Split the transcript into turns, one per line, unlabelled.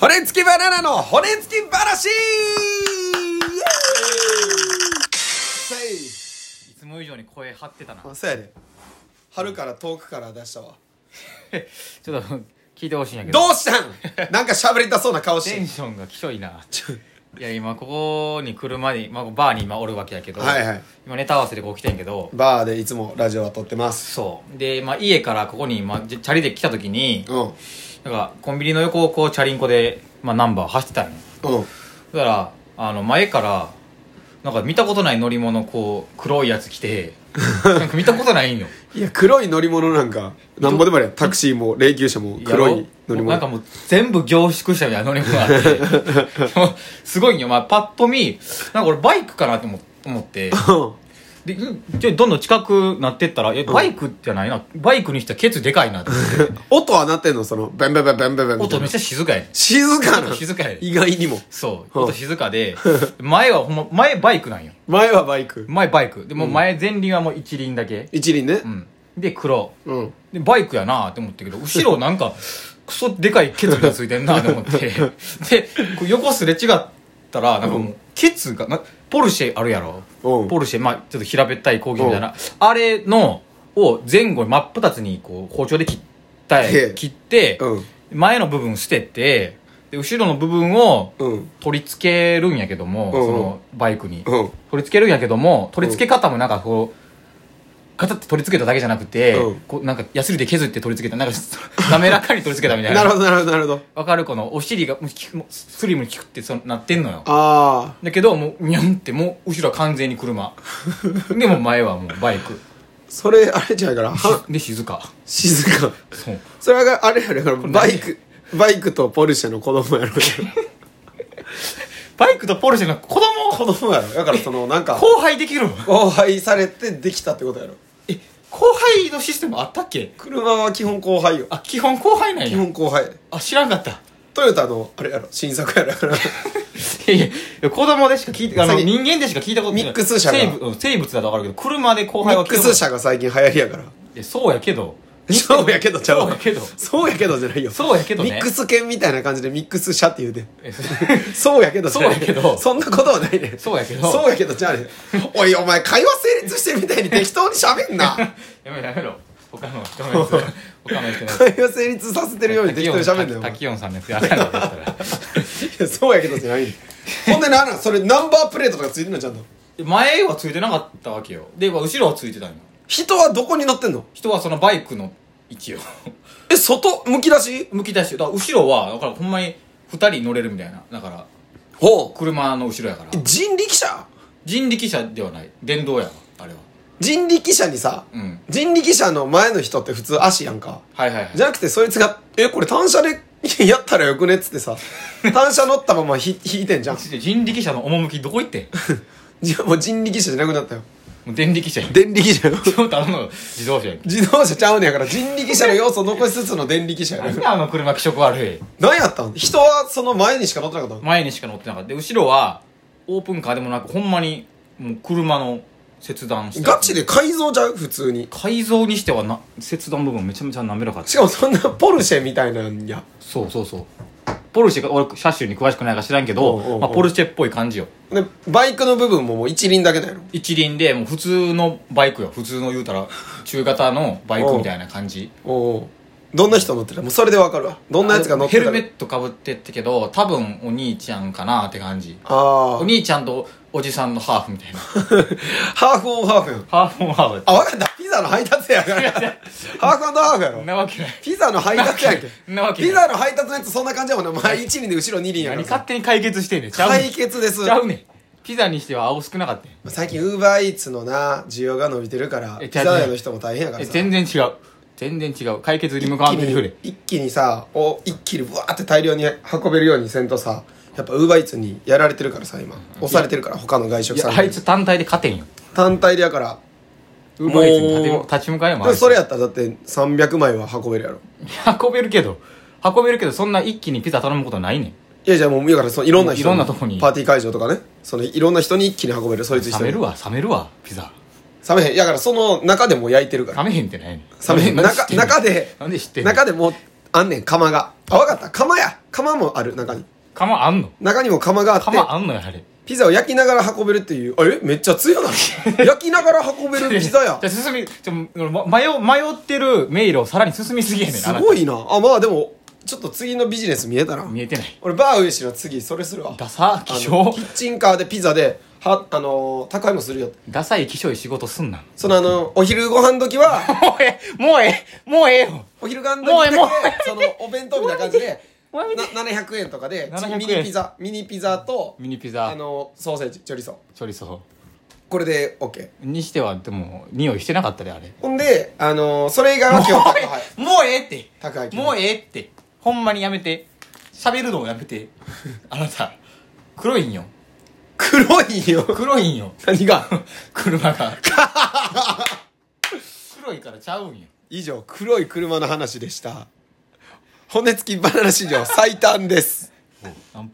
骨付きバナナの骨付き話イエーイ
いつも以上に声張ってたな ちょ
あそうやで春から遠くから出したわ
っと聞いてほしいんやけど
どうしたんなんか喋りたそうな顔し
テ
て
ンションがきしょいな
ちょ
いや今ここに車に、まあ、バーに今おるわけやけど、
はいはい
今ネタ合わせでこう来てんけど
バーでいつもラジオは撮ってます
そうで、まあ、家からここに、まあ、じチャリで来た時に
うんうん
なんかコンビニの横をこうチャリンコで、まあ、ナンバー走ってたんよだからあの前からなんか見たことない乗り物こう黒いやつ来てなんか見たことないんよ
いや黒い乗り物なんかなんぼでもあるやんタクシーも霊柩車も黒い乗り
なんか
物
もう全部凝縮したみたいな乗り物 があって。もうすごいんよ。まあ、パッと見、なんか俺バイクかなって思思って。
うん
で、うんじゃあどんどん近くなってったら、え、バイクじゃないな。バイクにしてはケツでかいなって。
音は鳴ってんのそのベンベンベンベンベンベンみたい
音め
な
っちゃ静かやねん
静かな
静かやね
意外にも
そう。
うん
音静かで、前はほんま、前バイクなんよ。
前はバイク
前バイク。で、もう前前輪はもう一輪だけ。
一輪ね
うん。で、黒。
うん
で、バイクやなって思ったけど、後ろなんか、クソでかいケツがついてんなって思 って。で、こう横すれ違ったら、なんかもう、ケツが、なポルシェあるやろ
うん
ポルシェ、まあちょっと平べったい工業みたいな。あれの、を前後に真っ二つにこう包丁で切った
へえ、
切って、
うん
前の部分捨てて、で、後ろの部分を
うん
取り付けるんやけども、
うんうん
そのバイクに。
うん
取り付けるんやけども取り付け方もなんかこうガタって取り付けただけじゃなくて、
うん
こうなんかヤスリで削って取り付けたなんか滑らかに取り付けたみたいな
なるほどなるほどなるほど
わかるこのお尻がもうきもうスリムにキュッてそうなってんのよ
あ
だけどもうニャンってもう後ろは完全 に車でも前はもうバイク
あそれあれじゃないからは
で静か
静か
そう
それはあれやろだから
これ
バイクバイクとポルシェの子供やろ
バイクとポルシェの子供
子供やろだからそのなんか
後輩できるの
後輩されてできたってことやろ
え後輩のシステムあったっけ
車は基本後輩よ
あ基本後輩なん
基
や
本後輩
あ知らんかった
トヨタのあれやろ新作やろだから
いやいや、子供でしか聞いて、あの、
最近
人間でしか聞いたことない。
ミックス車が
生物うん生物だとわかるけど、車で後
ミ
輩は
ッ
聞いた
ク
ことない
ス車が最近流行りやから
いやそうやけど。
そうやけどちゃう
そうやけど
そうやけどじゃないよ
そうやけどね
ミックス犬みたいな感じでミックス車って言うで
え
そうやけどじゃない
そうやけど
そんなことはないね
そうやけど
そうやけどじゃあねおいお前会話成立してるみたいに適当に喋んな
やめろやめろ。他の人 のやつ。他の人のやつ。
会話成立させてるように適当に喋んなよお前
滝音さんのやつやらないんだったら。
いやそうやけどじゃないねほんでなんなんそれナンバープレートとかついてんのちゃんと
前はついてなかったわけよ。で、まあ後ろはついてたんよ。
人はどこに乗ってんの
人はそのバイクの位 置を
え外むき出し
むき出して、だから後ろは、だからほんまに二人乗れるみたいな。だから、
ほ
車の後ろやから
う。人力車
人力車ではない。電動やわあれは。
人力車にさ、
うん
人力車の前の人って普通足やんか
はいはいはい。
じゃなくてそいつが「えこれ単車でやったらよくね」っつってさ単車乗ったままひ引いてんじゃん
人力車の趣ど こ行ってん
じゃあもう人力車じゃなくなったよ
もう電力車やん
電力車 よ
超頼むの自動車やん
自動車ちゃうねやから人力車の要素残しつつの電力車や
何
ろ
であの車気色悪い
何やったん人はその前にしか乗ってなかったの
前にしか乗ってなかったで後ろはオープンカーでもなくほんまにもう車の切断して
ガチで改造じゃう普通に
改造にしてはな切断部分めちゃめちゃ滑らかだった
しかもそんなポルシェみたいなんや
そうそうそうポルシェが俺車種に詳しくないから知らんけ
おうおうお
ど、
う
まあ、ポルシェっぽい感じよ
でバイクの部分ももう一輪だけだよ
一輪でもう普通のバイクよ普通の言うたら中型のバイクみたいな感じ
おおどんな人乗ってたもうそれでわかるわどんなやつが乗って
ヘ
た
ルメットかぶってってけど多分お兄ちゃんかなって感じ
あ
お兄ちゃんとおじさんのハーフみたいな。
あ ハーフオンハーフやん
ハーフもハーフ。
あわかったピザの配達やからハーフハ ーフや
そん
ろ
なわけない。
ピザの配達やんけ
そんなわけ
ピ
ない。
ザの配達のやつそんな感じやもんな前一輪で後ろ二輪やか
何
ら
勝
さ
手に解決してんねん。ちゃうねん。
解決です
ちゃうねん。ピザにしては青少なかったね
最近ウーバーイーツのな需要が伸びてるから
え
ピザ屋の人も大変やから
え、
さ
全然違う。全然違う。解決に向かわんといてくれ。
一気にさを一気にブワーって大量に運べるようにせんとさやっぱウーバーイーツにやられてるからさ今押されてるから他の外
い
食
や
さ、ん
あ
に
いつ単体で勝てんよ。
単体でやから
ウーバーイーツに立て
もう
立ち向かえよ、
で
もうあ
も
いつ
それやったらだって300枚は運べるやろ
運べるけど、運べるけど、そんな一気にピザ頼むことないねん。
いやじゃあもうだからそのいろんな人
いろんなとこに
パーティー会場とかねそのいろんな人に一気に運べるそいつ一
冷
人
めるわ、冷めるわ、ピザ。
冷めへんだからその中でもう焼いてるから
冷めへんってないねん。
冷めへん
なんで知っ
中
てん
中で
のなんで知ってんの
中でもうあんねん釜があわかった釜や釜もある中に
釜あんの
中にも釜があって
釜あんのやあれ
ピザを焼きながら運べるっていうあれめっちゃ強い な焼きながら運べるピザや
じゃあ進みちょ、ま、迷迷ってる迷路をさらに進みすぎやねん
すご
い
いなあまあでもちょっと次のビジネス見えたな
見えてない
俺バーウエシの次それするわ
ダサ
あの
気象
キッチンカーでピザではあのー宅配もするよ
ダサい気象い仕事すんな
そのあのお昼ご飯時は
もうええもうええもうええよ
お昼ご飯時
もう
だ
え
け
えもう
そのお弁当みたいな感じで
もうやめて
な700円とかで
700円
ミニピザミニピザと
ミニピ
あ
ザ
のソーセージチョリソー
チョリソ
これで OK
ーにしてはでも匂いしてなかったであれ
ほんであのーそれ以外は今日宅配
もうええって
宅配
もう
え
ええってほんまにやめて喋るのをやめてあなた黒いんよ
黒いよ
黒いんよ
何が
車が黒いからちゃうんよ
以上黒い車の話でした骨付きバナナ史上最短です
何